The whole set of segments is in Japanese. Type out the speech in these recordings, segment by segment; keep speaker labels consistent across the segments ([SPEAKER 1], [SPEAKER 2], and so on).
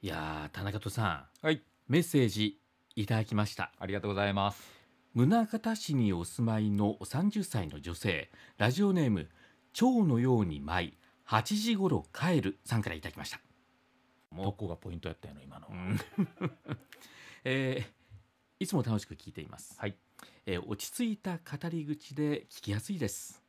[SPEAKER 1] いやー田中とさん
[SPEAKER 2] はい、
[SPEAKER 1] メッセージいただきました
[SPEAKER 2] ありがとうございます。
[SPEAKER 1] 宗像市にお住まいの30歳の女性ラジオネーム蝶のように舞い8時頃帰るさんからいただきました
[SPEAKER 2] どこがポイントやったんやろ今の。
[SPEAKER 1] えーいつも楽しく聞いています、
[SPEAKER 2] はい
[SPEAKER 1] えー落ち着いた語り口で聞きやすいです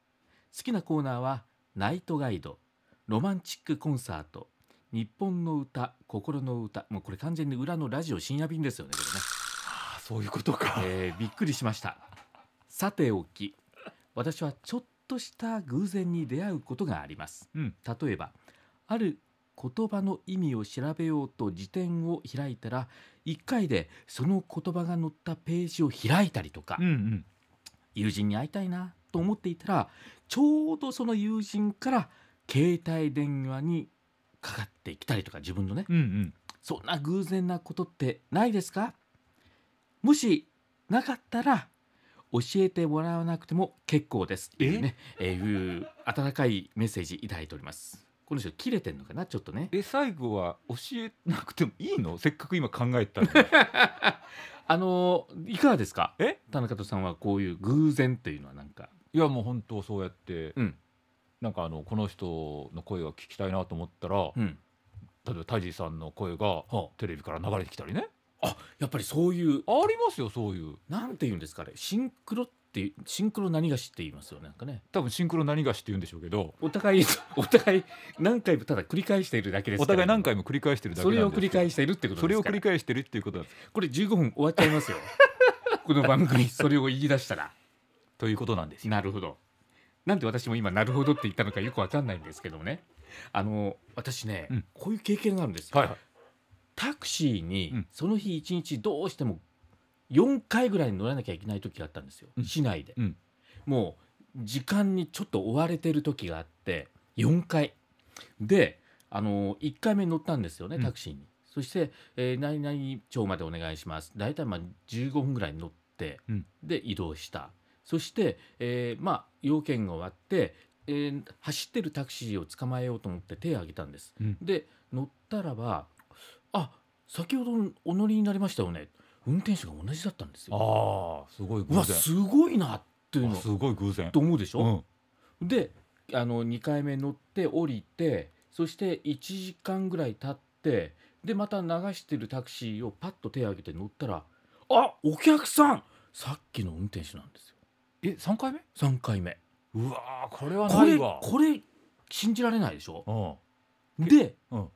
[SPEAKER 1] 好きなコーナーは「ナイトガイド」「ロマンチックコンサート」「日本の歌」「心の歌」もうこれ完全に裏のラジオ深夜便ですよねこ
[SPEAKER 2] ああ、そういうことか
[SPEAKER 1] れね、えーびっくりしましたさておき私はちょっとした偶然に出会うことがあります
[SPEAKER 2] うん。
[SPEAKER 1] 例えばある言葉の意味を調べようと辞典を開いたら1回でその言葉が載ったページを開いたりとか、
[SPEAKER 2] うんうん。
[SPEAKER 1] 友人に会いたいなと思っていたらちょうどその友人から携帯電話にかかってきたりとか自分のね
[SPEAKER 2] うんうん。
[SPEAKER 1] そんな偶然なことってないですかもしなかったら教えてもらわなくても結構ですっていうね、えーいう温かいメッセージいただいております。この人切れてんのかなちょっとね。
[SPEAKER 2] え、最後は教えなくてもいいのせっかく今考えたのに。
[SPEAKER 1] あのーいかがですか
[SPEAKER 2] え
[SPEAKER 1] 田中とさんはこういう偶然っていうのはなんか。
[SPEAKER 2] いや、もう本当そうやって、
[SPEAKER 1] うん
[SPEAKER 2] なんかあの、この人の声が聞きたいなと思ったら、
[SPEAKER 1] うん。
[SPEAKER 2] 例えば、タイジさんの声が
[SPEAKER 1] は
[SPEAKER 2] テレビから流れてきたりね。
[SPEAKER 1] やっぱりそういう、
[SPEAKER 2] ありますよ、そういう。
[SPEAKER 1] なんて言うんですかね。シンクロって、シンクロ何がしって言いますよね。なんかね。
[SPEAKER 2] 多分シンクロ何がしって言うんでしょうけど、
[SPEAKER 1] お互い、お互い何回もただ繰り返しているだけです
[SPEAKER 2] お
[SPEAKER 1] から
[SPEAKER 2] 互い何回も繰り返してるだけ
[SPEAKER 1] そ
[SPEAKER 2] なんで
[SPEAKER 1] れ
[SPEAKER 2] す
[SPEAKER 1] を繰り返しているってことです
[SPEAKER 2] そ
[SPEAKER 1] から
[SPEAKER 2] れを繰り返してるっていうことなんです
[SPEAKER 1] これ15分終わっちゃいますよ この番組それを言い出したら
[SPEAKER 2] ということなんですよ。
[SPEAKER 1] なるほどなんで私も今なるほどって言ったのかよくわかんないんですけどもねあの私ね、
[SPEAKER 2] うん
[SPEAKER 1] こういう経験があるんですよ、
[SPEAKER 2] はいはい。
[SPEAKER 1] タクシー
[SPEAKER 2] う
[SPEAKER 1] に
[SPEAKER 2] ん
[SPEAKER 1] その日一日どうしても4回ぐらい乗らなきゃいけない時があったんですよ、
[SPEAKER 2] うん
[SPEAKER 1] 市内で、
[SPEAKER 2] うん
[SPEAKER 1] もう時間にちょっと追われてる時があって4回であの1回目乗ったんですよね
[SPEAKER 2] うん
[SPEAKER 1] タクシーに、そして、えー何々町までお願いします大体まあ15分ぐらい乗って、
[SPEAKER 2] うん
[SPEAKER 1] で移動したそして、えーまあ要件が終わって、えー走ってるタクシーを捕まえようと思って手を挙げたんです、
[SPEAKER 2] うん
[SPEAKER 1] で乗ったらばあ先ほどお乗りになりましたよね運転手が同じだったんですよ
[SPEAKER 2] ああ、すごい偶
[SPEAKER 1] うわ
[SPEAKER 2] 然。
[SPEAKER 1] すごいなっていう
[SPEAKER 2] あ
[SPEAKER 1] の
[SPEAKER 2] すごい偶然。
[SPEAKER 1] と思うでしょ、
[SPEAKER 2] うん。
[SPEAKER 1] であの2回目乗って降りてそして1時間ぐらい経ってでまた流してるタクシーをパッと手を挙げて乗ったらあお客さんさっきの運転手なんですよ
[SPEAKER 2] え、三回目？
[SPEAKER 1] 3回目
[SPEAKER 2] うわーこれは
[SPEAKER 1] こ
[SPEAKER 2] ない
[SPEAKER 1] れ
[SPEAKER 2] わ。
[SPEAKER 1] これ信じられないでしょ
[SPEAKER 2] うん。
[SPEAKER 1] で、
[SPEAKER 2] うん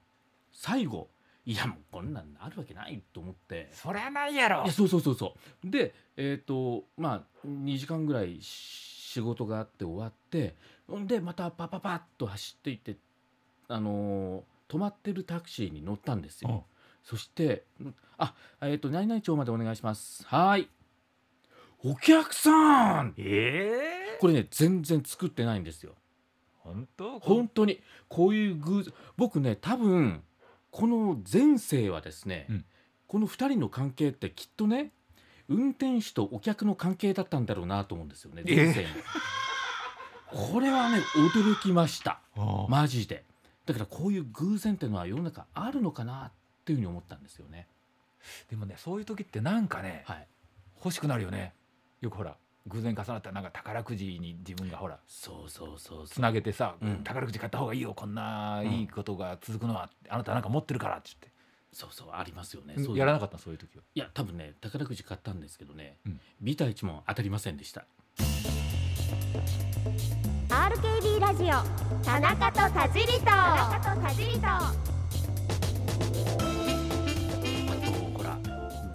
[SPEAKER 1] 最後いやもうこんなんあるわけないと思って
[SPEAKER 2] そりゃないやろ
[SPEAKER 1] いやそうそうそうそうでえっ、とまあ2時間ぐらい仕事があって終わってんでまたパパパッと走っていってあのー止まってるタクシーに乗ったんですよ、
[SPEAKER 2] うん
[SPEAKER 1] そして「あえっ、と何々町までお願いしますはーいお客さん!
[SPEAKER 2] ええ」
[SPEAKER 1] これね全然作ってないんですよ
[SPEAKER 2] 本当？
[SPEAKER 1] 本当にこういう偶然僕ね多分この前世はですね、
[SPEAKER 2] うん
[SPEAKER 1] この2人の関係ってきっとね運転手とお客の関係だったんだろうなと思うんですよね
[SPEAKER 2] え
[SPEAKER 1] 前世の、これはね驚きました
[SPEAKER 2] あ
[SPEAKER 1] マジでだからこういう偶然っていうのは世の中あるのかなっていうふうに思ったんですよね
[SPEAKER 2] でもね、そういう時ってなんかね、
[SPEAKER 1] はい
[SPEAKER 2] 欲しくなるよね。よくほら、偶然重なったらなんか宝くじに自分がほら
[SPEAKER 1] そうそうそうそ
[SPEAKER 2] つ
[SPEAKER 1] う
[SPEAKER 2] なげてさ、
[SPEAKER 1] うん
[SPEAKER 2] 宝くじ買った方がいいよ。こんな
[SPEAKER 1] うん
[SPEAKER 2] いいことが続くのは、あなたなんか持ってるからって
[SPEAKER 1] そうそうありますよね
[SPEAKER 2] 言っ
[SPEAKER 1] そう
[SPEAKER 2] て、
[SPEAKER 1] いう
[SPEAKER 2] やらなかったそういう時は。
[SPEAKER 1] いや多分ね宝くじ買ったんですけどね、
[SPEAKER 2] うん
[SPEAKER 1] ビタ1問当たりませんでした
[SPEAKER 3] RKB ラジオ田中と田尻と田中と田尻と
[SPEAKER 1] ほら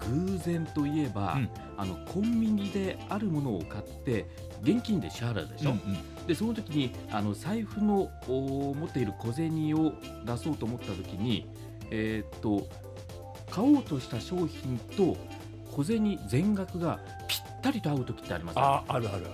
[SPEAKER 1] 偶然といえば、
[SPEAKER 2] うん
[SPEAKER 1] あのコンビニであるものを買って現金で支払うでしょ、でその時にあの財布のお持っている小銭を出そうと思った時に、えーっと買おうとした商品と小銭全額がぴったりと合う時ってありますよね
[SPEAKER 2] あ、あるあるある。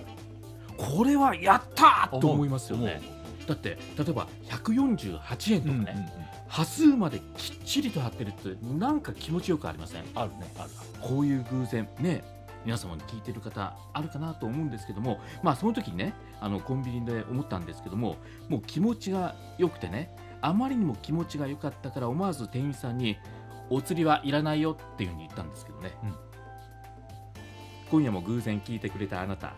[SPEAKER 1] これはやったーと
[SPEAKER 2] 思
[SPEAKER 1] 思
[SPEAKER 2] う
[SPEAKER 1] いますよね
[SPEAKER 2] 思
[SPEAKER 1] だって例えば148円と
[SPEAKER 2] う
[SPEAKER 1] か
[SPEAKER 2] ん
[SPEAKER 1] ね、
[SPEAKER 2] うんうん
[SPEAKER 1] 端数まできっちりと貼ってるってなんか気持ちよくありません
[SPEAKER 2] あるね、あるある。
[SPEAKER 1] こういう偶然ね皆様に聞いてる方あるかなと思うんですけどもまあその時にねあのコンビニで思ったんですけどももう気持ちが良くてねあまりにも気持ちが良かったから思わず店員さんに「お釣りはいらないよ」っていうふうに言ったんですけどね、
[SPEAKER 2] うん
[SPEAKER 1] 今夜も偶然聞いてくれたあなた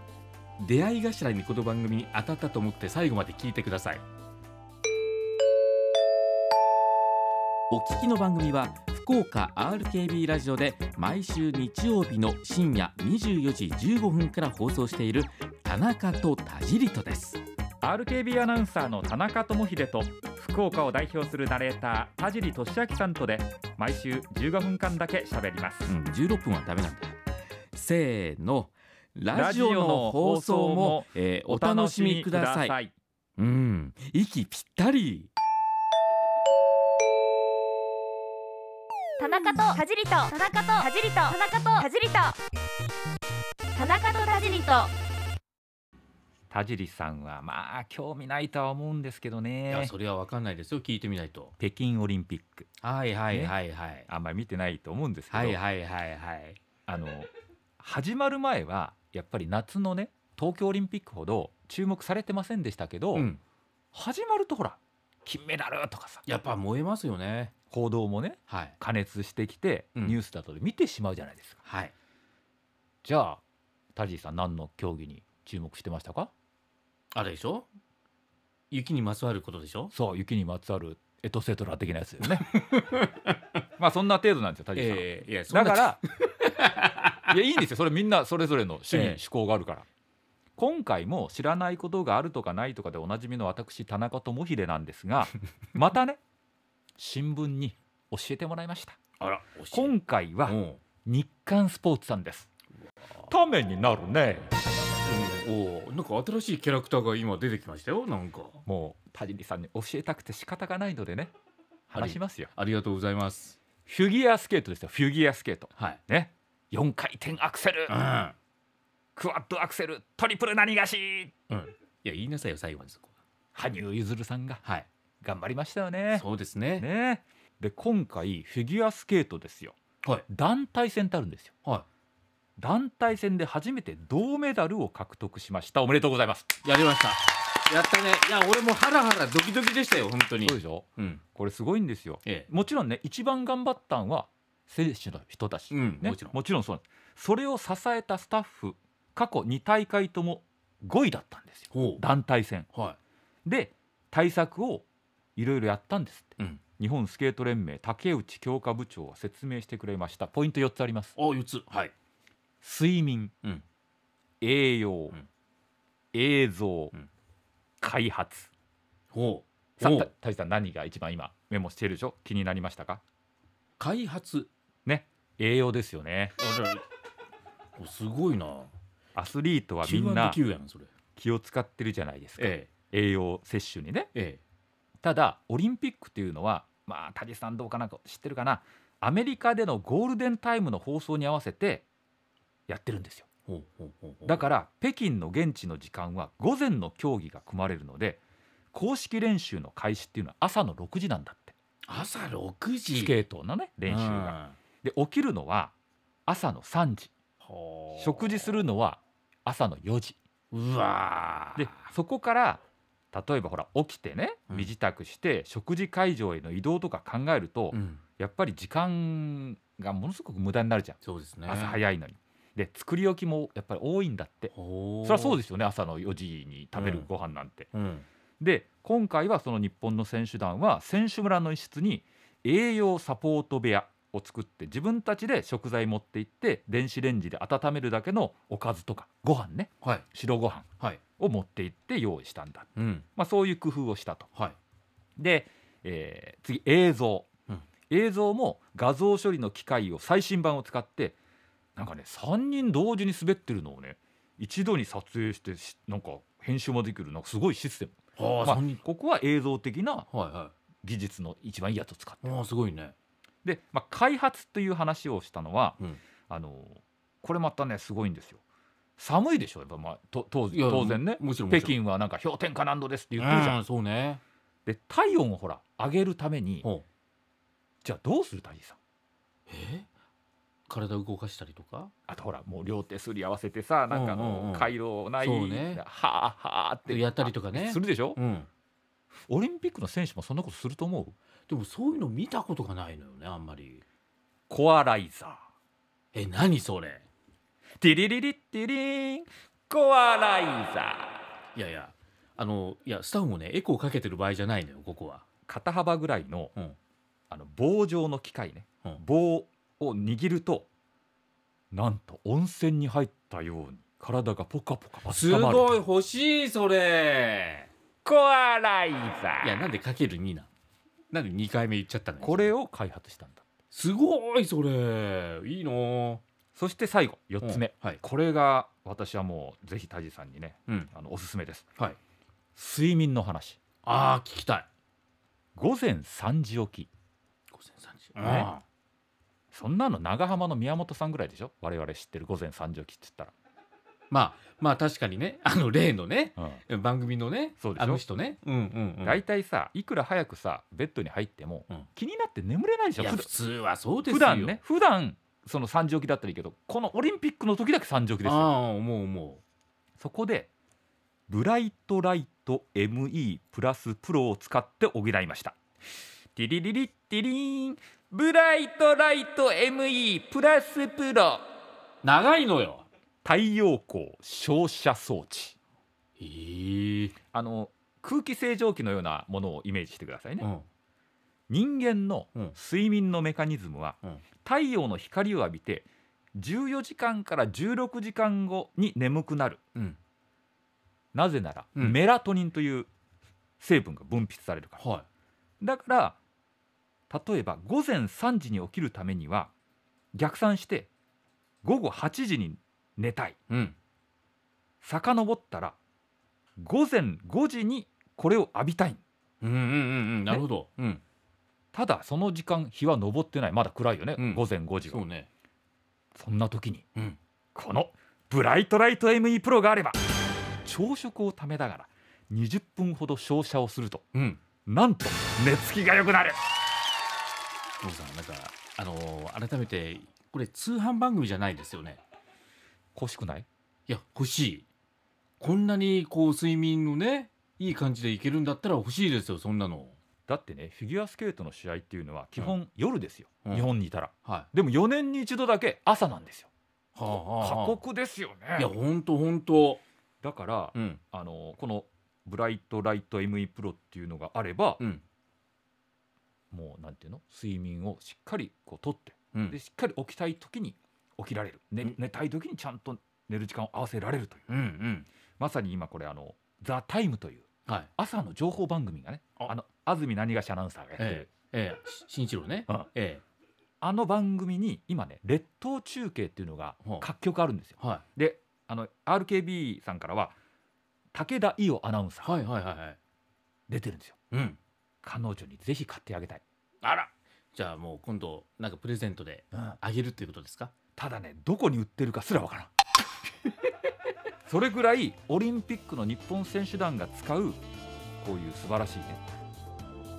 [SPEAKER 1] 出会い頭にこの番組当たったと思って最後まで聞いてくださいお聞きの番組は福岡 RKB ラジオで毎週日曜日の深夜24時15分から放送している田中と田尻とです
[SPEAKER 2] RKB アナウンサーの田中智秀と福岡を代表するナレーター田尻俊明さんとで毎週15分間だけ喋ります
[SPEAKER 1] うん、16分はダメなんだせーのラジオの放送も、えーお楽しみください
[SPEAKER 2] い
[SPEAKER 1] うん息ぴったり
[SPEAKER 3] 田中と田尻と田中と田尻と田中と田尻と田中と田尻と
[SPEAKER 2] 田尻さんはまあ興味ないとは思うんですけど
[SPEAKER 1] いや
[SPEAKER 2] ね
[SPEAKER 1] それは分かんないですよ聞いてみないと
[SPEAKER 2] 北京オリンピック
[SPEAKER 1] はいはい
[SPEAKER 2] ね
[SPEAKER 1] はいはい、
[SPEAKER 2] あんまり見てないと思うんですけど、
[SPEAKER 1] はいはいはいはい
[SPEAKER 2] あの始まる前はやっぱり夏のね東京オリンピックほど注目されてませんでしたけど、
[SPEAKER 1] うん
[SPEAKER 2] 始まるとほら金メダルとかさ
[SPEAKER 1] やっぱ燃えますよね
[SPEAKER 2] 報道もね
[SPEAKER 1] はい
[SPEAKER 2] 加熱してきて、
[SPEAKER 1] うん
[SPEAKER 2] ニュースだとで見てしまうじゃないですか
[SPEAKER 1] はい
[SPEAKER 2] じゃあ田尻さん何の競技に注目してましたか
[SPEAKER 1] あれでしょ雪にまつわることでしょ
[SPEAKER 2] そう雪にまつわるエトセトラ的なやつよね まあそんな程度なんですよ田尻さん、
[SPEAKER 1] ええいやそんな
[SPEAKER 2] だから いやいいんですよそれみんなそれぞれの趣味、
[SPEAKER 1] ええ
[SPEAKER 2] 趣向があるから今回も知らないことがあるとかないとかでおなじみの私田中智秀なんですが またね新聞に教えてもらいました
[SPEAKER 1] あら惜しい
[SPEAKER 2] 今回は
[SPEAKER 1] うん
[SPEAKER 2] 日刊スポーツさんですためになるね
[SPEAKER 1] うんおーなんか新しいキャラクターが今出てきましたよなんか
[SPEAKER 2] もう田尻さんに教えたくて仕方がないのでね話しますよ
[SPEAKER 1] ありがとうございます
[SPEAKER 2] フィギュアスケートですよフィギュアスケート
[SPEAKER 1] はい
[SPEAKER 2] ね4回転アクセル
[SPEAKER 1] うん
[SPEAKER 2] クワッドアクセルトリプル何がし
[SPEAKER 1] うん、いや言いなさいよ最後にそこ
[SPEAKER 2] 羽生結弦さんが
[SPEAKER 1] はい
[SPEAKER 2] 頑張りましたよね。
[SPEAKER 1] そうですね
[SPEAKER 2] ねで今回フィギュアスケートですよ
[SPEAKER 1] はい
[SPEAKER 2] 団体戦ってあるんですよ
[SPEAKER 1] は
[SPEAKER 2] 団体戦で初めて銅メダルを獲得しましたおめでとうございます
[SPEAKER 1] いやりましたやったねいや俺もハラハラドキドキでしたよ本当に
[SPEAKER 2] そうでしょ
[SPEAKER 1] うん
[SPEAKER 2] これすごいんですよ
[SPEAKER 1] え
[SPEAKER 2] もちろんね一番頑張ったんは選手の人たち、
[SPEAKER 1] えうん、
[SPEAKER 2] ね
[SPEAKER 1] もちろん
[SPEAKER 2] もちろんそうなんですそれを支えたスタッフ過去2大会とも5位だったんですよ
[SPEAKER 1] ほ
[SPEAKER 2] 団体戦
[SPEAKER 1] うは
[SPEAKER 2] で対策をいろいろやったんですって
[SPEAKER 1] いうん
[SPEAKER 2] 日本スケート連盟竹内強化部長は説明してくれましたポイント4つあります
[SPEAKER 1] あ4つはい
[SPEAKER 2] 睡眠、
[SPEAKER 1] うん
[SPEAKER 2] 栄養、
[SPEAKER 1] ん
[SPEAKER 2] 映像、
[SPEAKER 1] うん
[SPEAKER 2] 開発
[SPEAKER 1] ほう
[SPEAKER 2] さ
[SPEAKER 1] ほ
[SPEAKER 2] あた
[SPEAKER 1] う
[SPEAKER 2] 田地さん何が一番今メモしているでしょ気になりましたか
[SPEAKER 1] 開発
[SPEAKER 2] 栄養ですよね
[SPEAKER 1] あらおすごいな
[SPEAKER 2] アスリートはみ
[SPEAKER 1] Q&Q
[SPEAKER 2] んな
[SPEAKER 1] やんそれ
[SPEAKER 2] 気を使ってるじゃないですか、
[SPEAKER 1] え
[SPEAKER 2] 栄養摂取にね
[SPEAKER 1] ええ
[SPEAKER 2] ただオリンピックっていうのはまあ田地さんどうかな知ってるかなアメリカでのゴールデンタイムの放送に合わせてやってるんですよ
[SPEAKER 1] ほうほうほうほう
[SPEAKER 2] だから北京の現地の時間は午前の競技が組まれるので公式練習の開始っていうのは朝の6時なんだって
[SPEAKER 1] 朝6時
[SPEAKER 2] スケートのね練習が。で起きるのは朝の3時
[SPEAKER 1] うん
[SPEAKER 2] 食事するのは朝の4時
[SPEAKER 1] うわー
[SPEAKER 2] でそこから例えばほら起きてね
[SPEAKER 1] うん
[SPEAKER 2] 身支度して食事会場への移動とか考えると
[SPEAKER 1] うん
[SPEAKER 2] やっぱり時間がものすごく無駄になるじゃん
[SPEAKER 1] そうですね
[SPEAKER 2] 朝
[SPEAKER 1] い
[SPEAKER 2] 早いのに。で作り置きもやっぱり多いんだって
[SPEAKER 1] ほ
[SPEAKER 2] そうりゃそう
[SPEAKER 1] で
[SPEAKER 2] ですよね朝の4時に食べるご飯なんて。
[SPEAKER 1] すうん
[SPEAKER 2] で今回はその日本の選手団は選手村の一室に栄養サポート部屋を作って自分たちで食材持って行って電子レンジで温めるだけのおかずとかご飯ね
[SPEAKER 1] はい
[SPEAKER 2] 白ご飯
[SPEAKER 1] はい
[SPEAKER 2] を持って行って用意したんだ、
[SPEAKER 1] うん
[SPEAKER 2] まあ、そういう工夫をしたと
[SPEAKER 1] はい
[SPEAKER 2] で、えー次映像、
[SPEAKER 1] うん
[SPEAKER 2] 映像も画像処理の機械を最新版を使ってなんかね3人同時に滑ってるのをね一度に撮影してしなんか編集もできるなんかすごいシステム
[SPEAKER 1] ああ、
[SPEAKER 2] まあ
[SPEAKER 1] 三人
[SPEAKER 2] ここは映像的な
[SPEAKER 1] はいは
[SPEAKER 2] 技術の一番いいやつを使って
[SPEAKER 1] い。ああ、すごいね。
[SPEAKER 2] で、まあ、開発という話をしたのは、
[SPEAKER 1] うん
[SPEAKER 2] あのこれまたねすごいんですよ寒いでしょやっぱ、まあ、と当
[SPEAKER 1] いや
[SPEAKER 2] 当然ね
[SPEAKER 1] もちろん。
[SPEAKER 2] 北京はなんか氷点下何度ですって言ってるじゃん、
[SPEAKER 1] うんそうね。
[SPEAKER 2] で体温をほら上げるために
[SPEAKER 1] ほう。
[SPEAKER 2] じゃあどうする大地さん
[SPEAKER 1] え体を動かしたりとか。
[SPEAKER 2] あとほらもう両手すり合わせてさなんかあ
[SPEAKER 1] うんうんう
[SPEAKER 2] の
[SPEAKER 1] ん
[SPEAKER 2] 回路ない、
[SPEAKER 1] そうね
[SPEAKER 2] はあはあって
[SPEAKER 1] やったりとかね
[SPEAKER 2] するでしょ、
[SPEAKER 1] うん。
[SPEAKER 2] オリンピックの選手もそんなことすると思う
[SPEAKER 1] でもそういうの見たことがないのよねあんまり
[SPEAKER 2] コアライザー
[SPEAKER 1] え何それ
[SPEAKER 2] ティリリリッティリンコアライザー
[SPEAKER 1] いやいやあのいやスタッフもねエコーかけてる場合じゃないのよここは
[SPEAKER 2] 肩幅ぐらいの,、
[SPEAKER 1] うん
[SPEAKER 2] あの棒状の機械ね、
[SPEAKER 1] うん
[SPEAKER 2] 棒を握るとなんと温泉に入ったように体がポカポカ
[SPEAKER 1] す
[SPEAKER 2] 温まる
[SPEAKER 1] ごい欲しいそれ
[SPEAKER 2] コアライザー
[SPEAKER 1] いやなんでかける2なんなんで2回目言っちゃったの
[SPEAKER 2] これを開発したんだ
[SPEAKER 1] すごいそれいいの
[SPEAKER 2] そして最後4つ目、
[SPEAKER 1] うんはい
[SPEAKER 2] これが私はもうぜひタジさんにね
[SPEAKER 1] うん
[SPEAKER 2] あのおすすめです
[SPEAKER 1] はい
[SPEAKER 2] 睡眠の話
[SPEAKER 1] あー聞きたい
[SPEAKER 2] 午前3時起き
[SPEAKER 1] 午
[SPEAKER 2] うん
[SPEAKER 1] 前3時ね
[SPEAKER 2] そんなの長浜の宮本さんぐらいでしょ我々知ってる午前3時起きって言っ
[SPEAKER 1] まあまあ確かにねあの例のね
[SPEAKER 2] たら、うん
[SPEAKER 1] 番組のね
[SPEAKER 2] そうでしょ
[SPEAKER 1] あの人ねうんうん、うん、
[SPEAKER 2] 大体さいくら早くさベッドに入っても、
[SPEAKER 1] うん
[SPEAKER 2] 気になって眠れないでしょ
[SPEAKER 1] いや
[SPEAKER 2] 普
[SPEAKER 1] 普通はそうですよ
[SPEAKER 2] 普段ね普段その3時起きだったらいいけどこのオリンピックの時だけ3時起きです
[SPEAKER 1] あ
[SPEAKER 2] よ
[SPEAKER 1] あ思う思
[SPEAKER 2] そこでブライトライト ME プラスプロを使って補いましたティリリリッティリーンブライトライト ME プラスプロ
[SPEAKER 1] う長いのよ
[SPEAKER 2] 太陽光照射装置
[SPEAKER 1] えー
[SPEAKER 2] あの空気清浄機のようなものをイメージしてくださいね、
[SPEAKER 1] うん
[SPEAKER 2] 人間の
[SPEAKER 1] うん
[SPEAKER 2] 睡眠のメカニズムは、
[SPEAKER 1] うん
[SPEAKER 2] 太陽の光を浴びて14時間から16時間後に眠くなる
[SPEAKER 1] うん
[SPEAKER 2] なぜなら、
[SPEAKER 1] うん
[SPEAKER 2] メラトニンという成分が分泌されるから
[SPEAKER 1] は
[SPEAKER 2] だから例えば午前3時に起きるためには逆算して午後8時に寝たい
[SPEAKER 1] いうん
[SPEAKER 2] 遡ったら午前5時にこれを浴びたい
[SPEAKER 1] うんうんうんうんなるほど、うん
[SPEAKER 2] ただその時間日は昇ってないまだ暗いよね、
[SPEAKER 1] うん
[SPEAKER 2] 午前5時が
[SPEAKER 1] そうね
[SPEAKER 2] そんな時に
[SPEAKER 1] うん
[SPEAKER 2] このブライトライト ME プロがあれば朝食をためながら20分ほど照射をすると
[SPEAKER 1] うん
[SPEAKER 2] なんと寝つきが良くなる
[SPEAKER 1] 父さんなんかあのー改めてこれ通販番組じゃないですよね
[SPEAKER 2] 欲しくない
[SPEAKER 1] いや欲しいこんなにこう睡眠のねいい感じでいけるんだったら欲しいですよそんなの
[SPEAKER 2] だってねフィギュアスケートの試合っていうのは基本夜です
[SPEAKER 1] うん
[SPEAKER 2] よ、日本にいたら
[SPEAKER 1] は
[SPEAKER 2] でも4年に一度だけ朝なんですよ
[SPEAKER 1] いはあはあ
[SPEAKER 2] 過
[SPEAKER 1] は
[SPEAKER 2] 酷ですよ
[SPEAKER 1] あい
[SPEAKER 2] ね
[SPEAKER 1] やほんとほんと
[SPEAKER 2] だから、
[SPEAKER 1] うん
[SPEAKER 2] あのこのブライトライト ME プロっていうのがあれば、
[SPEAKER 1] うん
[SPEAKER 2] もうなんていうの睡眠をしっかりこうとって
[SPEAKER 1] うん
[SPEAKER 2] でしっかり起きたい時に起きられる、ね
[SPEAKER 1] うん
[SPEAKER 2] 寝たい時にちゃんと寝る時間を合わせられるという
[SPEAKER 1] うんうん
[SPEAKER 2] まさに今これあの「ザタイムという
[SPEAKER 1] はい
[SPEAKER 2] 朝の情報番組がね
[SPEAKER 1] あ
[SPEAKER 2] あの安住何がしアナウンサーがやってる、
[SPEAKER 1] えええし新一郎ね
[SPEAKER 2] うん
[SPEAKER 1] え
[SPEAKER 2] あの番組に今ね列島中継っていうのが
[SPEAKER 1] ほう
[SPEAKER 2] 各局あるんですよ
[SPEAKER 1] えは
[SPEAKER 2] であの RKB さんからは武田伊代アナウンサ
[SPEAKER 1] い
[SPEAKER 2] ー
[SPEAKER 1] はいはいはいはい
[SPEAKER 2] 出てるんですよ
[SPEAKER 1] うん
[SPEAKER 2] 彼女にぜひ買ってあげたい、
[SPEAKER 1] あらじゃあもう今度なんかプレゼントであげるっていうことですか
[SPEAKER 2] ただねどこに売ってるかすらわからん それぐらいオリンピックの日本選手団が使うこういう素晴らしいね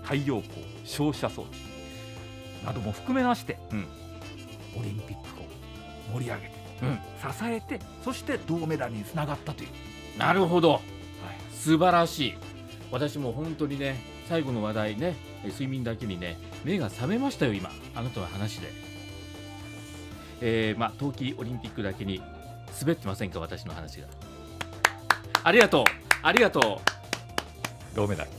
[SPEAKER 2] 太陽光照射装置なども含めまして、
[SPEAKER 1] うん
[SPEAKER 2] オリンピックを盛り上げて、
[SPEAKER 1] うん
[SPEAKER 2] 支えてそして銅メダルにつながったという、
[SPEAKER 1] なるほど
[SPEAKER 2] はい
[SPEAKER 1] 素晴らしい私も本当にね最後の話題ねえ睡眠だけにね目が覚めましたよ今あなたの話でえー、まあ冬季オリンピックだけに滑ってませんか私の話がありがとうありがとう
[SPEAKER 2] 銅メダル